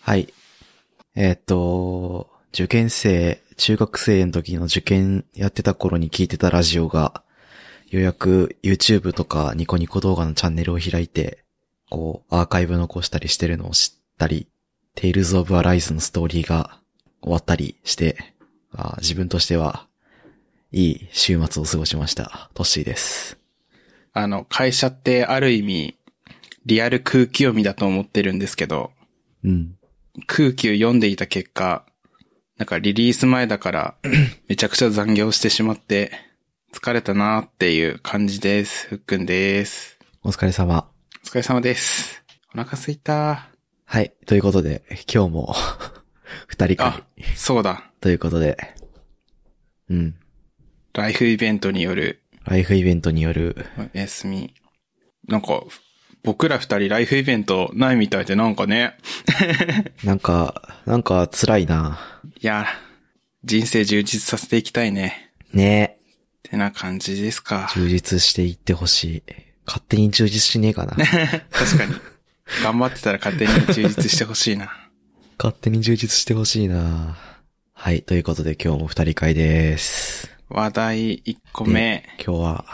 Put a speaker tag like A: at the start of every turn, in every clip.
A: はい。えーっと、受験生、中学生の時の受験やってた頃に聞いてたラジオが、ようやく YouTube とかニコニコ動画のチャンネルを開いて、こう、アーカイブ残したりしてるのを知ったり、Tales of Arise のストーリーが終わったりして、あー自分としては、いい週末を過ごしました。トッシーです。
B: あの、会社ってある意味、リアル空気読みだと思ってるんですけど、
A: うん。
B: 空気を読んでいた結果、なんかリリース前だから、めちゃくちゃ残業してしまって、疲れたなーっていう感じです。ふっくんです。
A: お疲れ様。
B: お疲れ様です。お腹すいた
A: はい。ということで、今日も、 二人
B: ー。あ
A: 会、
B: そうだ。
A: ということで、うん。
B: ライフイベントによる
A: ライフイベントによる、
B: お休み。なんか、僕ら二人ライフイベントないみたいでなんかね、
A: なんか、なんか辛いな。
B: いや、人生充実させていきたいね。
A: ね
B: てな感じですか。
A: 充実していってほしい。勝手に充実しねえかな。
B: 確かに。頑張ってたら勝手に充実してほしいな。
A: 勝手に充実してほしいな。はい。ということで、今日も二人会です。
B: 話題1個目、
A: 今日は、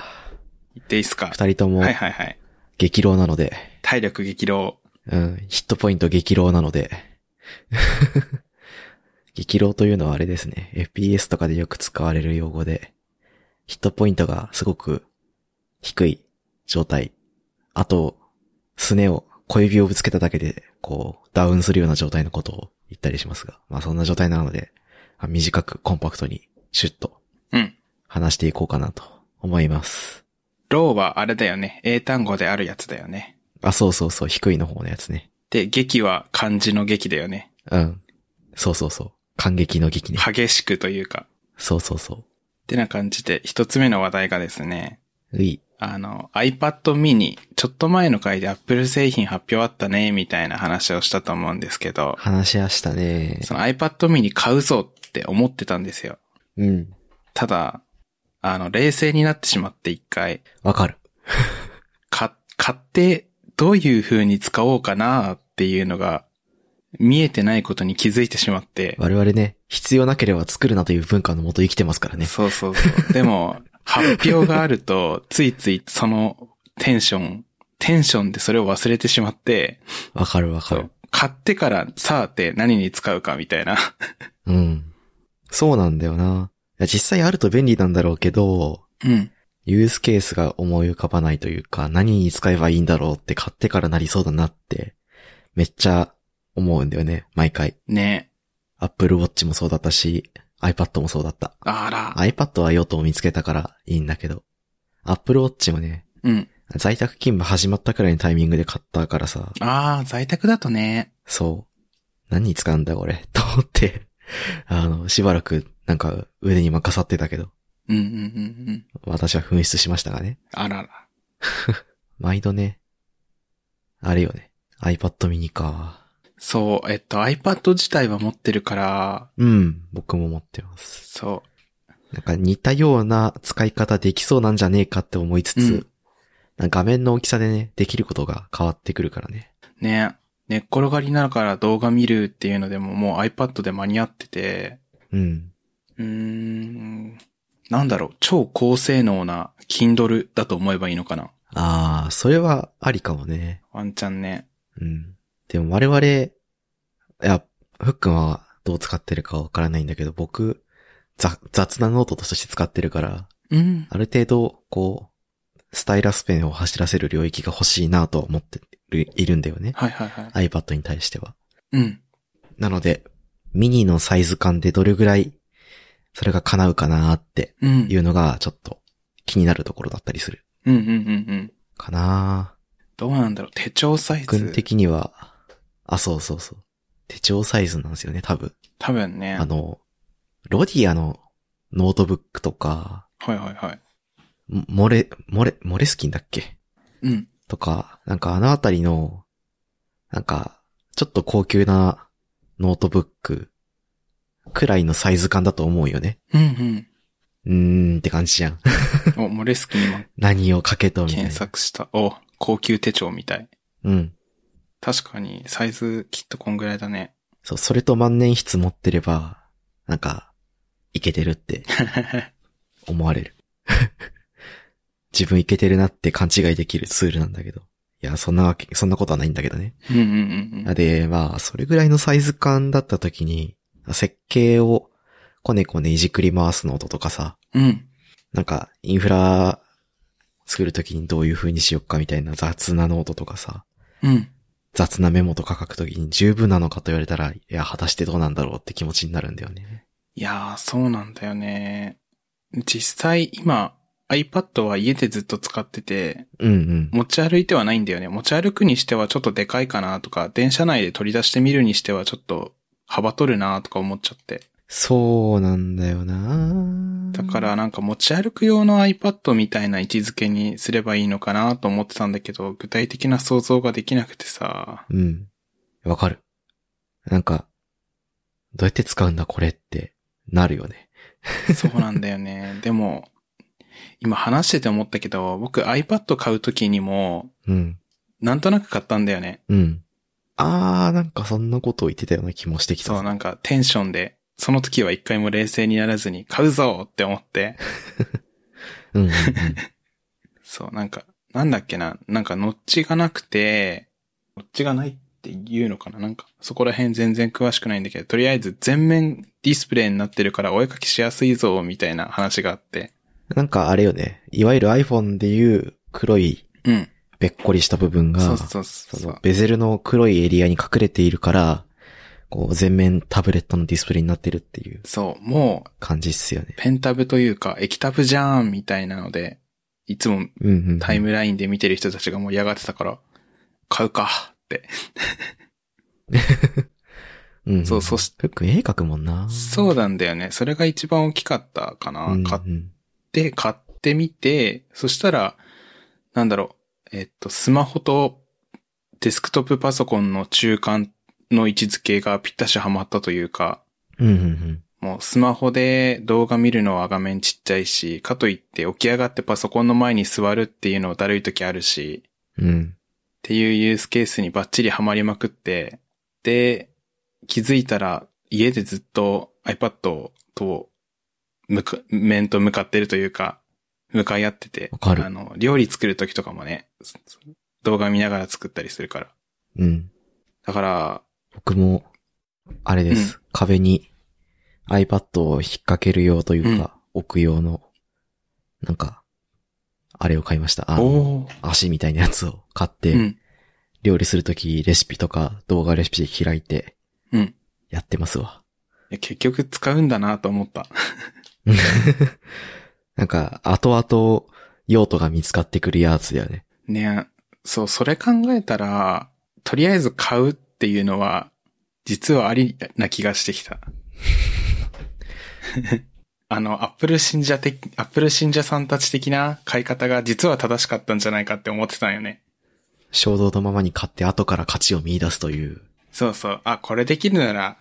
B: 言っていいですか
A: 二人とも
B: はいはいはい。
A: 激浪なので、
B: 体力激浪。
A: うん、ヒットポイント激浪なので。 激浪というのはあれですね。FPS とかでよく使われる用語で、ヒットポイントがすごく低い状態。あと、すねを、小指をぶつけただけで、こう、ダウンするような状態のことを言ったりしますが、まあそんな状態なので、あ短くコンパクトに、シュッと
B: うん。
A: 話していこうかなと思います。
B: ローはあれだよね。英単語であるやつだよね。
A: あ、そうそうそう、低いの方のやつね。
B: で、劇は漢字の劇だよね。
A: うん。そうそうそう。感激の劇ね。
B: 激しくというか。
A: そうそうそ
B: てな感じで、一つ目の話題がですね、
A: う。うい。
B: あの、iPad mini、ちょっと前の回で Apple 製品発表あったね、みたいな話をしたと思うんですけど、
A: 話し合したね。
B: その iPad mini 買うぞって思ってたんですよ。
A: うん。
B: ただ、あの、冷静になってしまって一回、
A: わかる。
B: か、買って、どういう風に使おうかなっていうのが、見えてないことに気づいてしまって。
A: 我々ね、必要なければ作るなという文化のもと生きてますからね。
B: そうそうそう。 でも、発表があると、ついついそのテンション、テンションでそれを忘れてしまって、
A: わかるわか
B: そ
A: る
B: う。。買ってからさあって何に使うかみたいな。
A: うん。そうなんだよな。いや実際あると便利なんだろうけど、
B: うん。
A: ユースケースが思い浮かばないというか、何に使えばいいんだろうって買ってからなりそうだなって、めっちゃ思うんだよね、毎回。
B: ね
A: Apple Watch もそうだったし、iPad もそうだった。
B: あら。
A: iPad は用途を見つけたからいいんだけど、Apple Watch もね、
B: うん。
A: 在宅勤務始まったくらいのタイミングで買ったからさ、
B: ああ、在宅だとね。
A: そう。何に使うんだこれ、 と思って、あの、しばらくなんか腕に任さってたけど、
B: うんうんうんうん。
A: 私は紛失しましたがね。
B: あらら。
A: 毎度ね、あれよね。iPad mini か。
B: そう、えっと、iPad 自体は持ってるから、
A: うん、僕も持ってます。
B: そ
A: なんか似たような使い方できそうなんじゃねえかって思いつつ、
B: うん
A: なんか画面の大きさでね、できることが変わってくるからね。
B: う、ね、寝っ転がりながら動画見るっていうのでももう iPad で間に合ってて、
A: うん。
B: うーん、なんだろう、超高性能な Kindle だと思えばいいのかな。
A: あー、それはありかもね。
B: ワンチャンね。
A: うん。でも我々、いや、ふっくんはどう使ってるかわからないんだけど、僕、ざ雑なノートとして使ってるから、
B: うん。
A: ある程度、こう、スタイラスペンを走らせる領域が欲しいなとは思ってる、いるんだよね。
B: はいはいはい。
A: iPad に対しては。
B: うん。
A: なので、ミニのサイズ感でどれぐらい、それが叶うかなって
B: うん。うん
A: いうのが、ちょっと気になるところだったりする。
B: うんうんうん。
A: かな
B: どうなんだろう、手帳サイ
A: 君
B: ズ。
A: 的には、あ、そうそうそう。手帳サイズなんですよね、多分。
B: 多分ね。
A: あ
B: はい
A: の、ロディアのノートブックとか、
B: はいはい。
A: もモレ、モレ、モレスキンだっけ
B: うん。
A: とか、なんかあのあたりの、なんか、ちょっと高級なノートブックくらいのサイズ感だと思うよね。
B: うん
A: うーんって感じじゃん。
B: うん。お、モレスキー
A: 何をかけと
B: も
A: みたいな
B: 検。索した。お、高級手帳みたい。
A: うん。
B: 確かに、サイズきっとこんぐらいだね。
A: そう、それと万年筆持ってれば、なんか、いけてる って思われる。 自分いけてるなって勘違いできるツールなんだけど。いや、そんなわけ、そんなことはないんだけどね。
B: うんうんうん。
A: で、まあ、それぐらいのサイズ感だった時に、設計をこねこねいじくり回すの音とかさ、
B: うん。
A: なんか、インフラ作るときにどういう風にしよっかみたいな雑なノートとかさ、
B: うん。
A: 雑なメモとか書くときに十分なのかと言われたら、いや、果たしてどうなんだろうって気持ちになるんだよね。
B: いやー、そうなんだよね。実際今、iPad は家でずっと使ってて、
A: うんうん。
B: 持ち歩いてはないんだよね。持ち歩くにしてはちょっとでかいかなとか、電車内で取り出してみるにしてはちょっと幅取るなとか思っちゃって。
A: そうなんだよな
B: だか、らなんか持ち歩く用の iPad みたいな位置づけにすればいいのかなと思ってたんだけど、具体的な想像ができなくてさ。
A: うん。わかる。なんか、どうやって使うんだこれって、なるよね。
B: そうなんだよ ね。でも、今話してて思ったけど、僕 iPad 買う時にも、
A: うん。
B: なんとなく買ったんだよね。
A: うん。あー、なんかそんなことを言ってたような気もしてきた。
B: そう、なんかテンションで、その時は一回も冷静にならずに買うぞって思って、
A: うんうんうん。
B: そう、なんか、なんだっけな、なんかノッチがなくて、ノッチがないって言うのかななんか、そこら辺全然詳しくないんだけど、とりあえず全面ディスプレイになってるからお絵かきしやすいぞ、みたいな話があって。
A: なんかあれよね。いわゆる iPhone でいう黒い
B: うん。
A: べっこりした部分が、
B: そうそうそう
A: そ
B: そ
A: の
B: う。
A: ベゼルの黒いエリアに隠れているから、こう全面タブレットのディスプレイになってるっていう
B: そう、も
A: 感じっすよね
B: う、。ペンタブというか、液タブじゃーん、みたいなので、いつも
A: うんうんうん。
B: タイムラインで見てる人たちが盛り上がってたから、買うか、って。
A: うんん。
B: そうそし
A: ふっくん絵描くもんな。
B: そうなんだよね。それが一番大きかったかな。
A: うん
B: 買っ
A: うん
B: で、買ってみて、そしたら、なんだろう、えっと、スマホとデスクトップパソコンの中間の位置づけがぴったしハマったというか、
A: うんうんうん。
B: もうスマホで動画見るのは画面ちっちゃいし、かといって起き上がってパソコンの前に座るっていうのだるい時あるし、
A: うん。
B: っていうユースケースにバッチリハマりまくって、で、気づいたら家でずっと iPad と向か、面と向かってるというか、向かい合ってて、
A: わかる
B: あの、料理作る時とかもね、そそ動画見ながら作ったりするから。
A: うん。
B: だから、
A: 僕も、あれです。壁に iPad を引っ掛ける用というか、置く用の、なんか、あれを買いました。あの、
B: おー
A: 足みたいなやつを買って、
B: うん、
A: 料理するときレシピとか動画レシピ開いて
B: うん。い
A: やってますわ。
B: や結局使うんだなと思った。
A: なんか、後々用途が見つかってくるやつだよね。
B: ねそう、それ考えたら、とりあえず買うっていうのは、実はありな気がしてきた。 あの、アップル信者的、アップル信者さんたち的な買い方が実は正しかったんじゃないかって思ってたんよね。
A: 衝動のままに買って後から価値を見出すという。
B: そうそう。あ、これできるなら、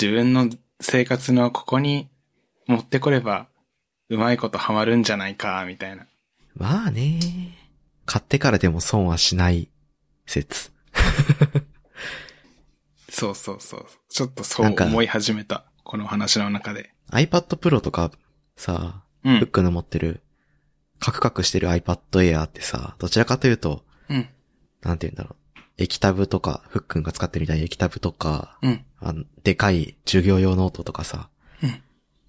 B: 自分の生活のここに持ってこれば、うまいことハマるんじゃないか、みたいな。
A: まあね。買ってからでも損はしない説。
B: そうそうそう。ちょっとそう思い始めた。この話の中で。
A: iPad Pro とかさ、
B: う
A: フッ
B: ん。
A: クの持ってる、カクカクしてる iPad Air ってさ、どちらかというと、
B: うん。
A: なんて言うんだろう。液タブとか、フックンが使ってるみたいな液タブとか、
B: うん。
A: あの、でかい授業用ノートとかさ。
B: うん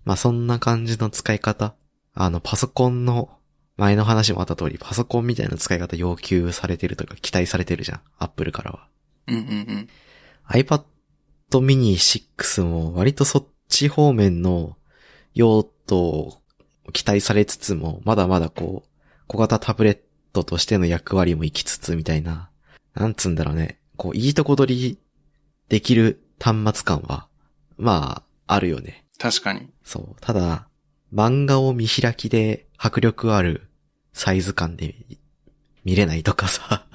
A: まあ、そんな感じの使い方。あの、パソコンの、前の話もあった通り、パソコンみたいな使い方要求されてるとか期待されてるじゃん。アップルからは。
B: うんうんうん。
A: iPad mini 6も割とそっち方面の用途を期待されつつも、まだまだこう、小型タブレットとしての役割も行きつつみたいな、なんつうんだろうね。こう、いいとこ取りできる端末感は、まあ、あるよね。
B: 確かに。
A: そう。ただ、漫画を見開きで迫力あるサイズ感で見れないとかさ。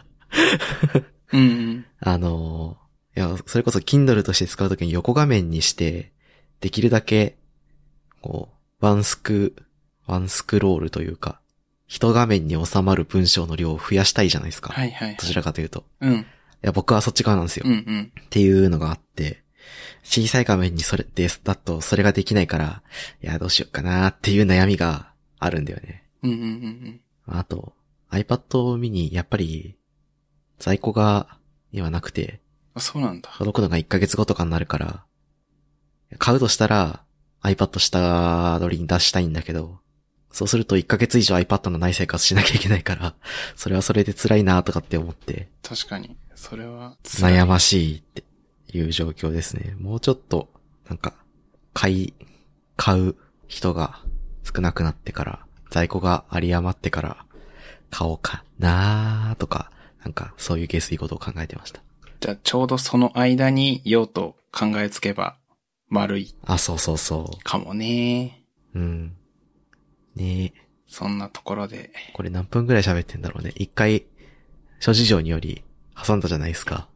B: うんうん。
A: あのーいや、それこそ Kindle として使うときに横画面にして、できるだけ、こう、ワンスク、ワンスクロールというか、一画面に収まる文章の量を増やしたいじゃないですか。
B: はいはい
A: ど。ちらかというと。
B: うん。
A: いや、僕はそっち側なんですよ。
B: うんうん。
A: っていうのがあって、小さい画面にそれ、です、だとそれができないから、いや、どうしようかなっていう悩みがあるんだよね。
B: うんうんうん
A: あと、iPad mini、やっぱり、在庫が今なくて、
B: あ、そうなんだ。
A: 届くのが1ヶ月後とかになるから、買うとしたら iPad 下取りに出したいんだけど、そうすると1ヶ月以上 iPad のない生活しなきゃいけないから、 それはそれで辛いなとかって思って、
B: 確かに。それは、
A: 悩ましいっていう状況ですね。もうちょっと、なんか、買い、買う人が少なくなってから、在庫が有り余ってから、買おうかなーとか、なんかそういう下水ことを考えてました。
B: じゃあちょうどその間に用途考えつけば丸い
A: あ、そうそうそ
B: かもね。
A: う。うん。ねえ。
B: そんなところで。
A: これ何分ぐらい喋ってんだろうね。一回、諸事情により挟んだじゃないですか。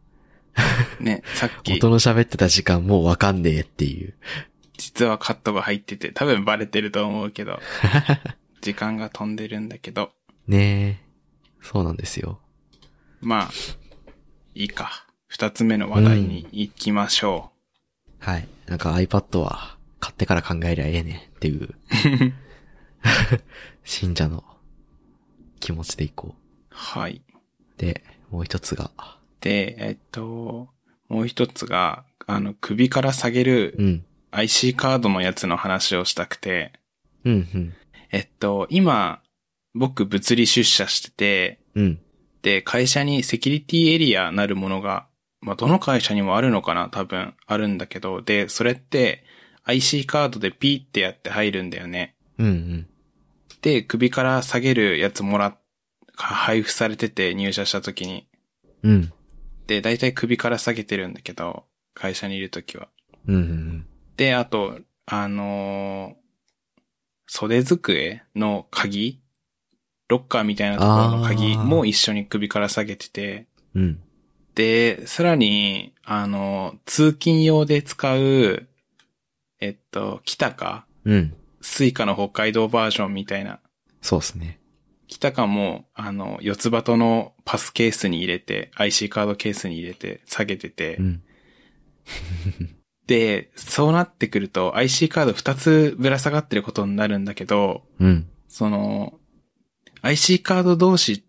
B: ね、さっき
A: 元、の喋ってた時間もうわかんねえっていう。
B: 実はカットが入ってて、多分バレてると思う けど、時間が飛んでるんだけど、
A: ねえ。そうなんですよ。
B: まあ、いいか。二つ目の話題に行きましょ
A: はい。なんか iPad は買ってから考えりゃええねっていう、
B: う。
A: 信者の気持ちでいこ
B: はい。
A: う。で、もう一つが、
B: で、えっと、もう一つが、あの、首から下げ
A: う
B: る
A: ん。
B: IC カードのやつの話をしたくて、
A: うん、うん。
B: えっと、今、僕物理出社してて、
A: うん。
B: で、会社にセキュリティエリアなるものが、まあ、どの会社にもあるのかな多分、あるんだけど、で、それって IC カードでピーってやって入るんだよね。
A: うん、うん。
B: で、首から下げるやつもらっ、配布されてて入社した時に。
A: うん。
B: で、大体首から下げてるんだけど、会社にいる時は。
A: うん、うん。
B: で、あと、あのー袖机の鍵ロッカーみたいなところの鍵も一緒に首から下げてて、
A: うん。
B: で、さらに、あのー通勤用で使う、えっと、キタカ
A: うん。
B: スイカの北海道バージョンみたいな。
A: そうですね。
B: キタカも、あの、四つ鳩のパスケースに入れて、IC カードケースに入れて、下げてて、
A: うん。
B: で、そうなってくると IC カード2つぶら下がってることになるんだけど、
A: うん。
B: その、IC カード同士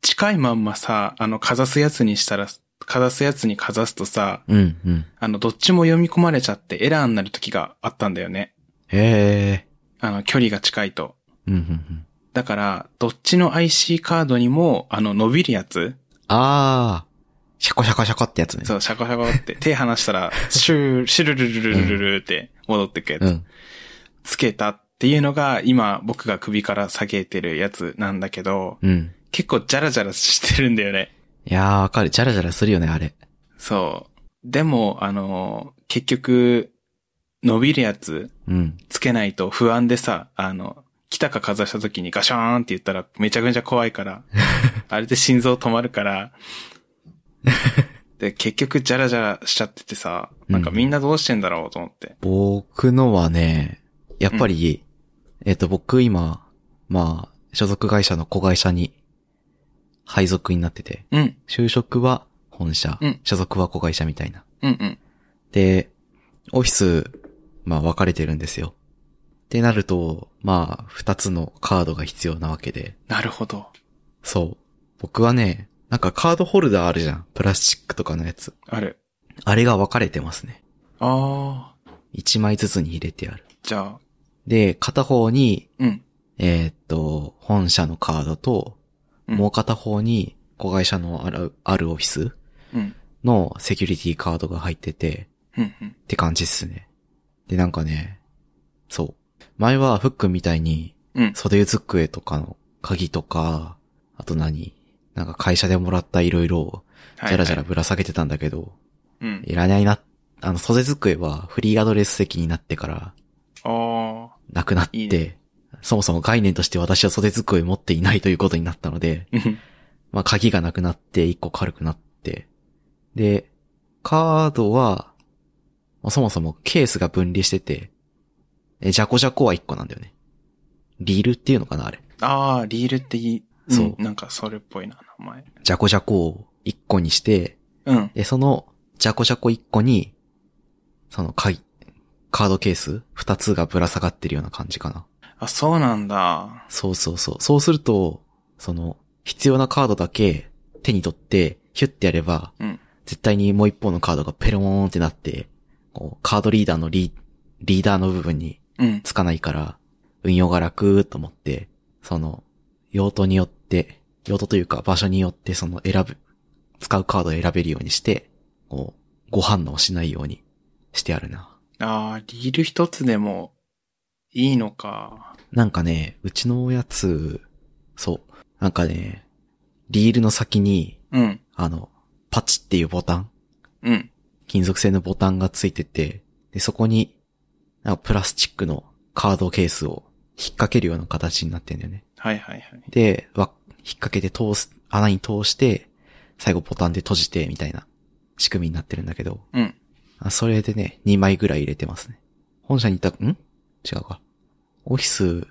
B: 近いまんまさ、あの、かざすやつにしたら、かざすやつにかざすとさ、
A: うん、うん。
B: あの、どっちも読み込まれちゃってエラーになる時があったんだよね。
A: へえ。
B: あの、距離が近いと。
A: うん、うん、うん。
B: だから、どっちの IC カードにも、あの、伸びるやつ、
A: あー。シャコシャコシャコってやつね。
B: そう、シャコシャ コって、手離したら、シュー、シュルルルルルルルって戻ってくやつ。
A: うん。
B: つけたっていうのが今僕が首から下げてるやつなんだけど、
A: うん。
B: 結構ジャラジャラしてるんだよね。
A: いやー、わかる。ジャラジャラするよね、あれ。
B: そう。でも、あの、結局、伸びるやつ
A: うん。
B: つけないと不安でさ、あの、来たかかざした時にガシャーンって言ったらめちゃくちゃ怖い から、あれで心臓止まるから、で、結局ジャラジャラしちゃっててさ、なんかみんなどうしてんだろうと思って。
A: 僕のはね、やっぱり、えっと、僕今、まあ、所属会社の子会社に配属になってて、
B: うん、
A: 就職は本社、
B: うん
A: 所属は子会社みたいな。
B: うん、うん、
A: で、オフィス、まあ分かれてるんですよ。ってなると、まあ、二つのカードが必要なわけで、
B: なるほど。
A: そう。僕はね、なんかカードホルダーあるじゃん。プラスチックとかのやつ。
B: ある。
A: あれが分かれてますね。
B: ああ、
A: 一枚ずつに入れてある。
B: じゃあ、
A: で、片方に、
B: うん。
A: えーっと、本社のカードと、
B: うん
A: もう片方に、子会社のある、あるオフィス
B: うん。
A: のセキュリティカードが入ってて、
B: うん。うん
A: って感じっすね。で、なんかね、そう。前はフックみたいに、
B: うん。
A: 袖机とかの鍵とか、あと何なんか会社でもらった色々を、
B: はい
A: じゃらじゃらぶら下げてたんだけど、
B: うん。
A: いらないな、あの、袖机はフリーアドレス席になってから、
B: あ
A: なくなって、
B: いいね
A: そもそも概念として私は袖机持っていないということになったので、
B: あ。
A: まあ鍵がなくなって一個軽くなって、で、カードは、まあそもそもケースが分離してて、えジャコジャコは一個なんだよね。リールっていうのかなあれ。
B: ああ、リールっていい。
A: そう
B: うんなんかそれっぽいな、名前。
A: ジャコジャコを一個にして、
B: うん。
A: で、その、ジャコジャコ一個に、その鍵、カードケース二つがぶら下がってるような感じかな。
B: あ、そうなんだ。
A: そうそうそう。そうすると、その、必要なカードだけ手に取って、ヒュッてやれば、
B: うん
A: 絶対にもう一方のカードがペローンってなって、こうカードリーダーのリリーダーの部分に
B: うん。
A: つかないから、運用が楽と思って、その、用途によって、用途というか場所によってその選ぶ、使うカードを選べるようにして、こう、ご反応しないようにしてあるな。
B: ああ、リール一つでもいいのか。
A: なんかね、うちのやつ、そう、なんかね、リールの先に、
B: うん。
A: あの、パチっていうボタン、
B: うん。
A: 金属製のボタンがついてて、で、そこに、なんかプラスチックのカードケースを引っ掛けるような形になってんだよね。
B: はいはいはい。
A: で、わ、引っ掛けて通す、穴に通して、最後ボタンで閉じて、みたいな仕組みになってるんだけど、
B: うん。
A: あそれでね、2枚ぐらい入れてますね。本社にいた、ん違うか。オフィス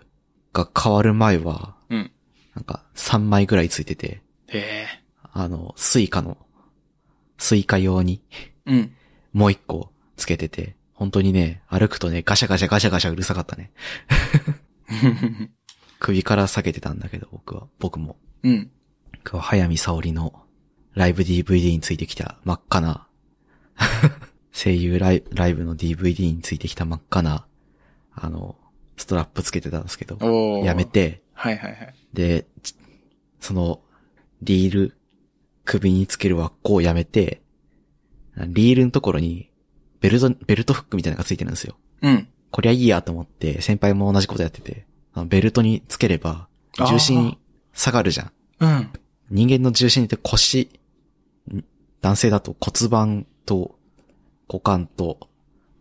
A: が変わる前は、
B: うん。
A: なんか3枚ぐらいついてて、
B: へえ。
A: あの、スイカの、スイカ用に
B: うん。
A: もう1個つけてて、本当にね、歩くとね、ガシャガシャガシャガシャうるさかったね。首から下げてたんだけど、僕は、僕も。
B: うん。
A: 僕は早見沙織のライブ DVD についてきた真っ赤な、 声優ライライブの DVD についてきた真っ赤な、あの、ストラップつけてたんですけど、
B: おー
A: やめ。て、
B: はいはいはい。
A: で、ちその、リール、首につける輪っかをやめて、リールのところに、ベルト、ベルトフックみたいなのがついてるんですよ。
B: うん。
A: こりゃいいやと思って、先輩も同じことやってて、あのベルトにつければ、重心下がるじゃん。
B: うん。
A: 人間の重心って腰、ん男性だと骨盤と股間と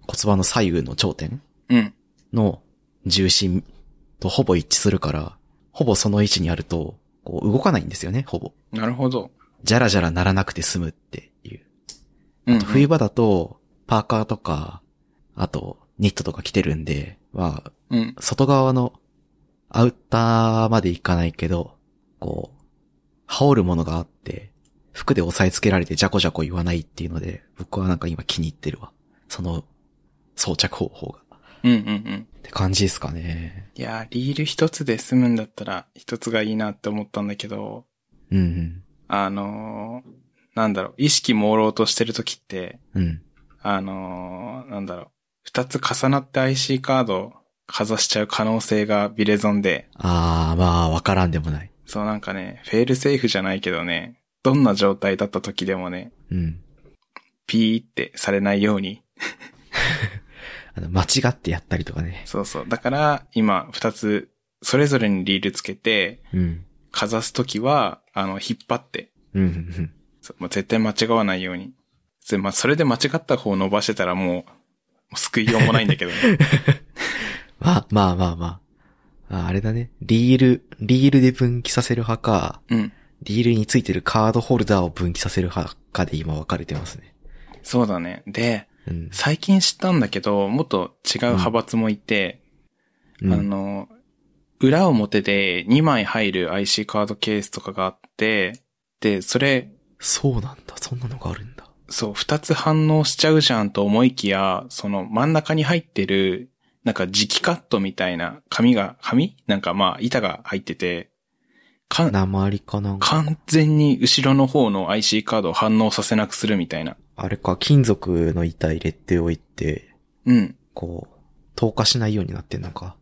A: 骨盤の左右の頂点
B: うん。
A: の重心とほぼ一致するから、ほぼその位置にあると、こう動かないんですよね、ほぼ。
B: なるほど。
A: じゃらじゃらならなくて済むっていう。
B: うん。
A: 冬場だと、パーカーとか、あと、ニットとか着てるんで、まあ、
B: うん。
A: 外側のアウターまでいかないけど、こう、羽織るものがあって、服で押さえつけられてジャコジャコ言わないっていうので、僕はなんか今気に入ってるわ。その装着方法が。
B: うんうんうん。
A: って感じですかね。
B: いやー、リール一つで済むんだったら、一つがいいなって思ったんだけど、
A: うん
B: あのー、なんだろう、意識朦朧としてる時って、
A: うん。うん。
B: あのー、なんだろう、二つ重なって IC カードをかざしちゃう可能性がビレゾンで、
A: あー、まあ、わからんでもない。
B: そうなんかね、フェールセーフじゃないけどね、どんな状態だった時でもね、
A: うん。
B: ピーってされないように。
A: あの、間違ってやったりとかね。
B: そうそう。だから、今、二つ、それぞれにリールつけて、
A: うん。
B: かざす時は、あの、引っ張って、
A: うんうん。うん
B: そうもう絶対間違わないように。それまあ、それで間違った方を伸ばしてたらもう、もう救いようもないんだけどね。
A: まあ、まあまあまあ。ああれだね。リール、リールで分岐させる派か、
B: うん。
A: リールについてるカードホルダーを分岐させる派かで今分かれてますね。
B: そうだね。で、
A: うん。
B: 最近知ったんだけど、もっと違う派閥もいて、
A: う
B: あ
A: ん、
B: の、裏表で2枚入る IC カードケースとかがあって、で、それ、
A: そうなんだ。そんなのがあるんだ。
B: そう、2つ反応しちゃうじゃんと思いきや、その真ん中に入ってる、なんか磁気カットみたいな紙が、紙なんかまあ板が入ってて、か
A: 鉛かなんか。
B: 完全に後ろの方の IC カードを反応させなくするみたいな。
A: あれか、金属の板入れておいて、
B: うん。
A: こう、透過しないようになってんのか。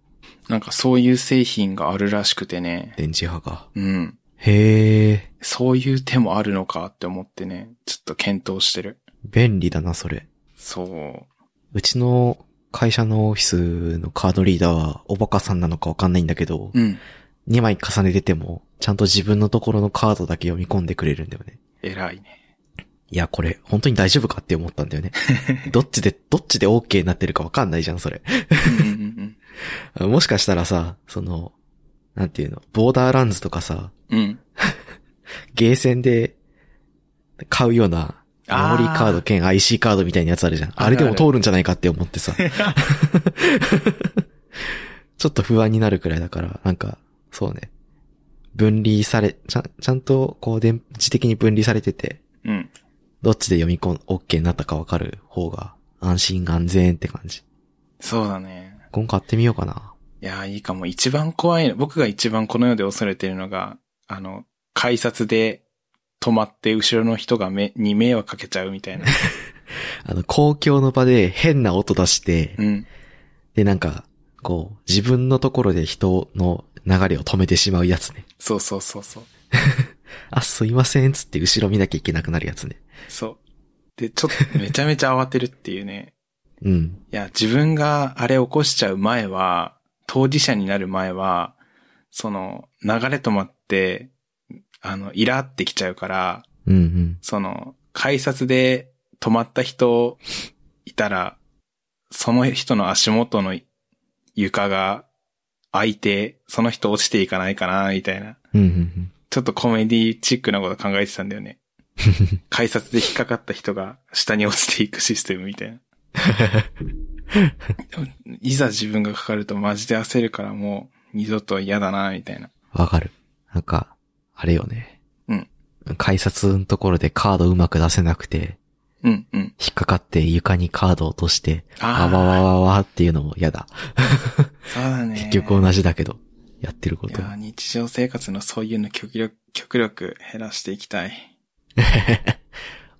B: なんかそういう製品があるらしくてね。
A: 電磁波が。
B: うん。
A: へえ、
B: そういう手もあるのかって思ってね、ちょっと検討してる。
A: 便利だな、それ。
B: そう
A: ちの会社のオフィスのカードリーダーはおバカさんなのかわかんないんだけど、
B: う。うん。
A: 2枚重ねてても、ちゃんと自分のところのカードだけ読み込んでくれるんだよね。
B: 偉いね。
A: いや、これ、本当に大丈夫かって思ったんだよ ね。どっちで、どっちで OK になってるかわかんないじゃん、それ。
B: うんうん
A: もしかしたらさ、その、なんていうの、ボーダーランズとかさ、
B: うん。うん。
A: ゲーセンで買うような、メモリーカード兼 IC カードみたいなやつあるじゃん。あ
B: あるあ
A: れ
B: る
A: でも通るんじゃないかって思って さ。ちょっと不安になるくらいだから、なんか、そうね。分離され、ちゃん、ちゃんと、こう、電磁的に分離されてて、
B: うん。
A: どっちで読み込ん、OK になったかわかる方が、安心安全って感じ。
B: そうだね。
A: 今回買ってみようかな。
B: いやー、いいかも。一番怖いの、僕が一番この世で恐れてるのが、あの、改札で止まって後ろの人が目、に迷惑かけちゃうみたい な。
A: あの、公共の場で変な音出して、
B: うん。
A: で、なんか、こう、自分のところで人の流れを止めてしまうやつね。
B: そうそうそうそう。
A: あ、すいません、つって後ろ見なきゃいけなくなるやつね。
B: そう。で、ちょっとめちゃめちゃ慌てるっていうね。
A: うん。
B: いや、自分があれ起こしちゃう前は、当事者になる前は、その、流れ止まって、あの、イラってきちゃうから、
A: うんうん。
B: その、改札で止まった人いたら、その人の足元の床が開いて、その人落ちていかないかな、みたいな。
A: うんうんうん。
B: ちょっとコメディチックなこと考えてたんだ よね。改札で引っかかった人が下に落ちていくシステム みたいな。でもいざ自分がかかるとマジで焦るからもう二度と嫌だな、みたいな。
A: わかる。なんか、あれよね。
B: うん。
A: 改札のところでカードうまく出せなくて、
B: うん、うん。
A: 引っかかって床にカード落として、あわわ
B: あ
A: わわっていうのも嫌だ。
B: ー、そうだね。
A: 結局同じだけど、やってるこ
B: い
A: と
B: や。ー、日常生活のそういうの極力、極力減らしていきたい。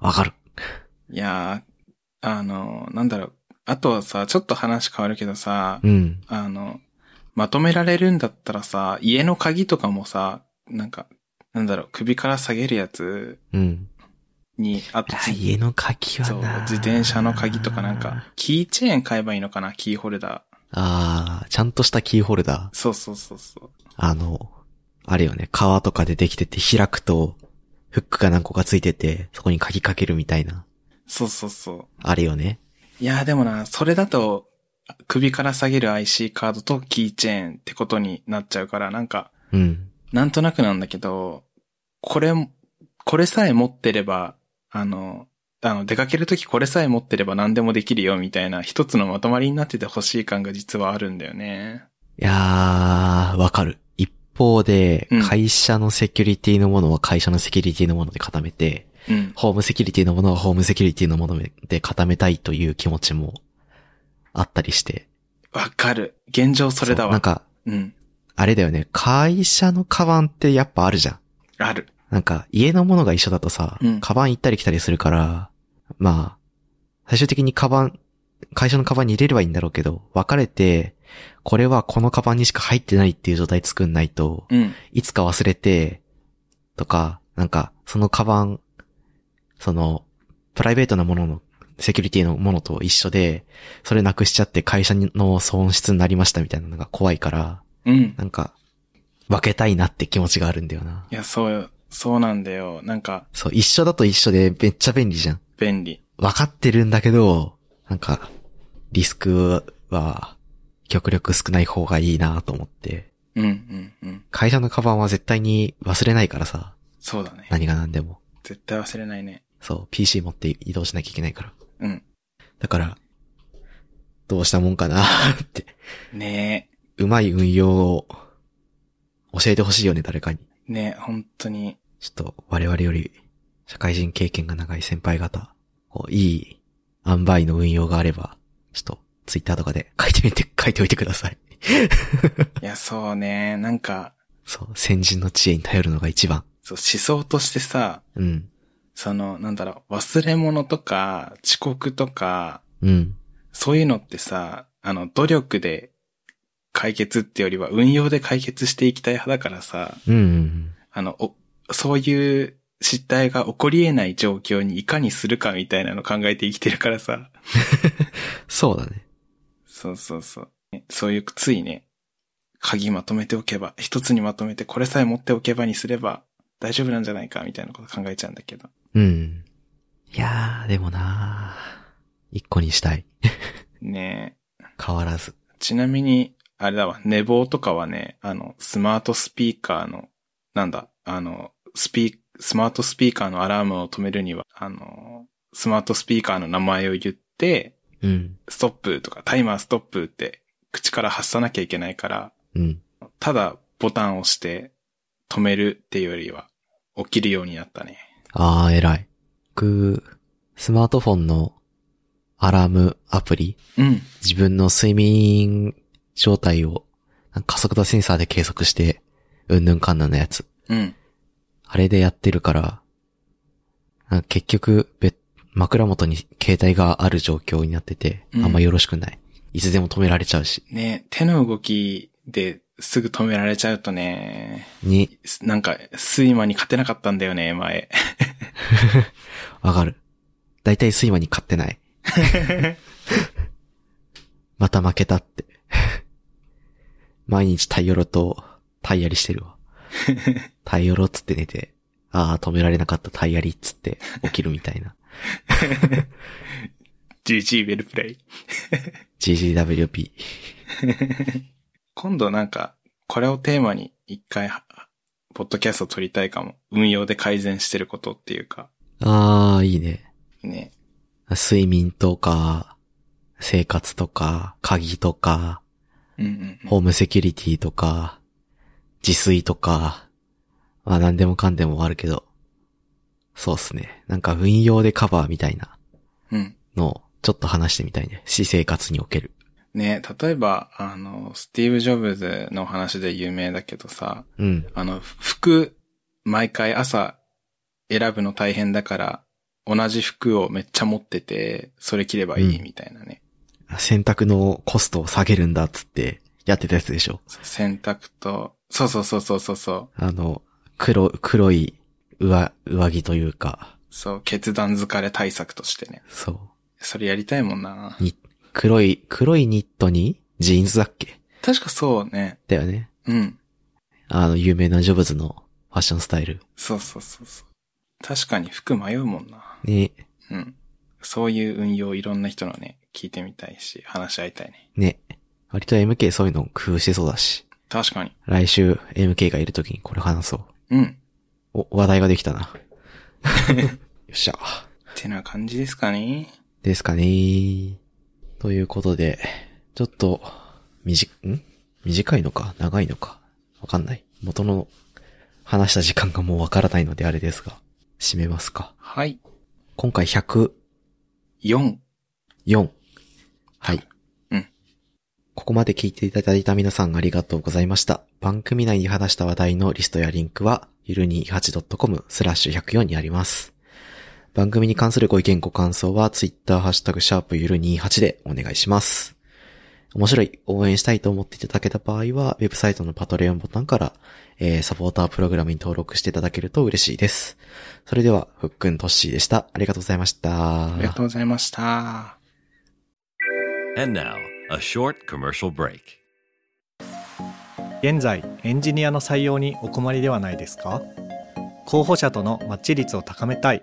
A: わかる。
B: いやー、あのー、なんだろう。あとはさ、ちょっと話変わるけどさ、
A: うん。
B: あの、まとめられるんだったらさ、家の鍵とかもさ、なんか、なんだろう、首から下げるやつ
A: うん。
B: に、あと
A: あ、家の鍵は
B: そう、
A: な。
B: 自転車の鍵とかなんか。、キーチェーン買えばいいのかな、キーホルダー。
A: ああ、ちゃんとしたキーホルダー。
B: そうそうそうそう。
A: あの、あれよね、革とかでできてて開くと、フックが何個かついてて、そこに鍵かけるみたいな。
B: そうそうそう。
A: あれよね。
B: いやーでもな、それだと、首から下げる IC カードとキーチェーンってことになっちゃうから、なんか、
A: うん。
B: なんとなくなんだけど、これ、これさえ持ってれば、あの、あの、出かけるときこれさえ持ってれば何でもできるよみたいな一つのまとまりになっててほしい感が実はあるんだよね。
A: いやー、わかる。一方で
B: うん、
A: 会社のセキュリティのものは会社のセキュリティのもので固めて、
B: うん。
A: ホームセキュリティのものはホームセキュリティのもので固めたいという気持ちもあったりして。
B: わかる。現状それだ
A: う
B: わ。
A: なんか、
B: うん。
A: あれだよね。会社のカバンってやっぱあるじゃん。
B: ある。
A: なんか、家のものが一緒だとさ、
B: うん
A: カバン行ったり来たりするから、まあ、最終的にカバン、会社のカバンに入れればいいんだろうけど、分かれて、これはこのカバンにしか入ってないっていう状態作んないと、
B: うん。
A: いつか忘れて、とか、なんか、そのカバン、その、プライベートなものの、セキュリティのものと一緒で、それなくしちゃって会社の損失になりましたみたいなのが怖いから、
B: うん。
A: なんか、分けたいなって気持ちがあるんだよな。
B: いや、そうよ。そうなんだよ。なんか、
A: そう、一緒だと一緒でめっちゃ便利じゃん。
B: 便利。
A: 分かってるんだけど、なんか、リスクは、極力少ない方がいいなと思って。
B: うん、うん、うん。
A: 会社のカバンは絶対に忘れないからさ、
B: そうだね。
A: 何が何でも。
B: 絶対忘れないね。
A: そう、PC 持って移動しなきゃいけないから。
B: うん。
A: だから、どうしたもんかなって。
B: ね
A: うまい運用を教えてほしいよね、誰かに。
B: え。ねえ、本当に。
A: ちょっと我々より社会人経験が長い先輩方、こういい塩梅の運用があれば、ちょっとツイッターとかで書いてみて、書いておいてください。
B: いや、そうね。なんか、
A: そう、先人の知恵に頼るのが一番。
B: そう、思想としてさ、
A: うん。
B: その、なんだろう、忘れ物とか、遅刻とか、
A: うん。
B: そういうのってさ、あの、努力で解決ってよりは、運用で解決していきたい派だからさ、
A: うんうん
B: あの、おそういう失態が起こり得ない状況にいかにするかみたいなの考えて生きてるからさ、
A: うん。そうだね。
B: そうそうそう。ねそういう、ついね、鍵まとめておけば、一つにまとめてこれさえ持っておけばにすれば、大丈夫なんじゃないかみたいなこと考えちゃうんだけど。
A: うん。いやー、でもなー。一個にしたい。
B: ねえ。
A: 変わらず。
B: ちなみに、あれだわ、寝坊とかはね、あの、スマートスピーカーの、なんだ、あの、スピスマートスピーカーのアラームを止めるには、あの、スマートスピーカーの名前を言って、
A: うん。
B: ストップとか、タイマーストップって、口から発さなきゃいけないから、
A: うん。
B: ただボタンを押して止めるっていうよりは、起きるようになったね。
A: あー、偉い。僕、スマートフォンのアラームアプリ、
B: うん。
A: 自分の睡眠状態を、なんか加速度センサーで計測して、うんぬんかんぬんのやつ。
B: うん。
A: あれでやってるから、なんか結局、べ枕元に携帯がある状況になってて、
B: うん
A: あんまよろしくない。いつでも止められちゃうし。
B: ね、手の動きですぐ止められちゃうとね、
A: に、
B: すなんか、睡魔に勝てなかったんだよね、前。
A: わかる。だいたい睡魔に勝ってない。また負けたって。毎日タイヨロとタイヤリしてるわ。タイヨロっつって寝て、ああ、止められなかったタイヤリっつって起きるみたいな。
B: GG ベルプレイ。
A: GGWP。
B: 今度なんか、これをテーマに一回、はポッドキャスト撮りたいかも。運用で改善してることっていうか、
A: ああ、いいね。
B: ね。
A: 睡眠とか、生活とか、鍵とか、
B: うんうんうん、
A: ホームセキュリティとか、自炊とか、まあ何でもかんでもあるけど、そうっすね。なんか運用でカバーみたいな
B: うん。
A: のをちょっと話してみたいね。私生活における。
B: ね、例えば、あの、スティーブ・ジョブズの話で有名だけどさ、
A: うん。
B: あの、服、毎回朝選ぶの大変だから、同じ服をめっちゃ持ってて、それ着ればいいみたいなね。
A: 洗濯のコストを下げるんだっつってやってたやつでしょ。
B: そう洗濯と、そうそうそうそうそうそう、
A: あの、黒、黒い上、上着というか、
B: そう、決断疲れ対策としてね。
A: そう。
B: それやりたいもんな。
A: 黒い、黒いニットにジーンズだっけ
B: 確かそうね。
A: だよね。
B: うん。
A: あの、有名なジョブズのファッションスタイル
B: そうそうそうそう。確かに服迷うもんな。
A: に、
B: うん。そういう運用いろんな人のね、聞いてみたいし、話し合いたいね。
A: ね。割と MK そういうの工夫してそうだし。
B: 確かに。
A: 来週 MK がいるときにこれ話そう。
B: うん。
A: お、話題ができたな。よっしゃ。
B: ってな感じですかね。
A: ですかねということで、ちょっと、みじ、ん短いのか長いのかわかんない。元の話した時間がもうわからないのであれですが、締めますか。
B: はい。
A: 今回104。
B: 4。
A: はい。
B: うん。
A: ここまで聞いていただいた皆さんありがとうございました。番組内に話した話題のリストやリンクは、ゆる 28.com スラッシュ104にあります。番組に関するご意見ご感想は、ツイッターハッシュタグシャープゆる28でお願いします。面白い、応援したいと思っていただけた場合は、ウェブサイトのパトレオンボタンから、えーサポータープログラムに登録していただけると嬉しいです。それでは、ふっくんとっしーでした。ありがとうございました。
B: ありがとうございました。
C: And now, a short commercial break.
D: 現在エンジニアの採用にお困りではないですか候補者とのマッチ率を高めたい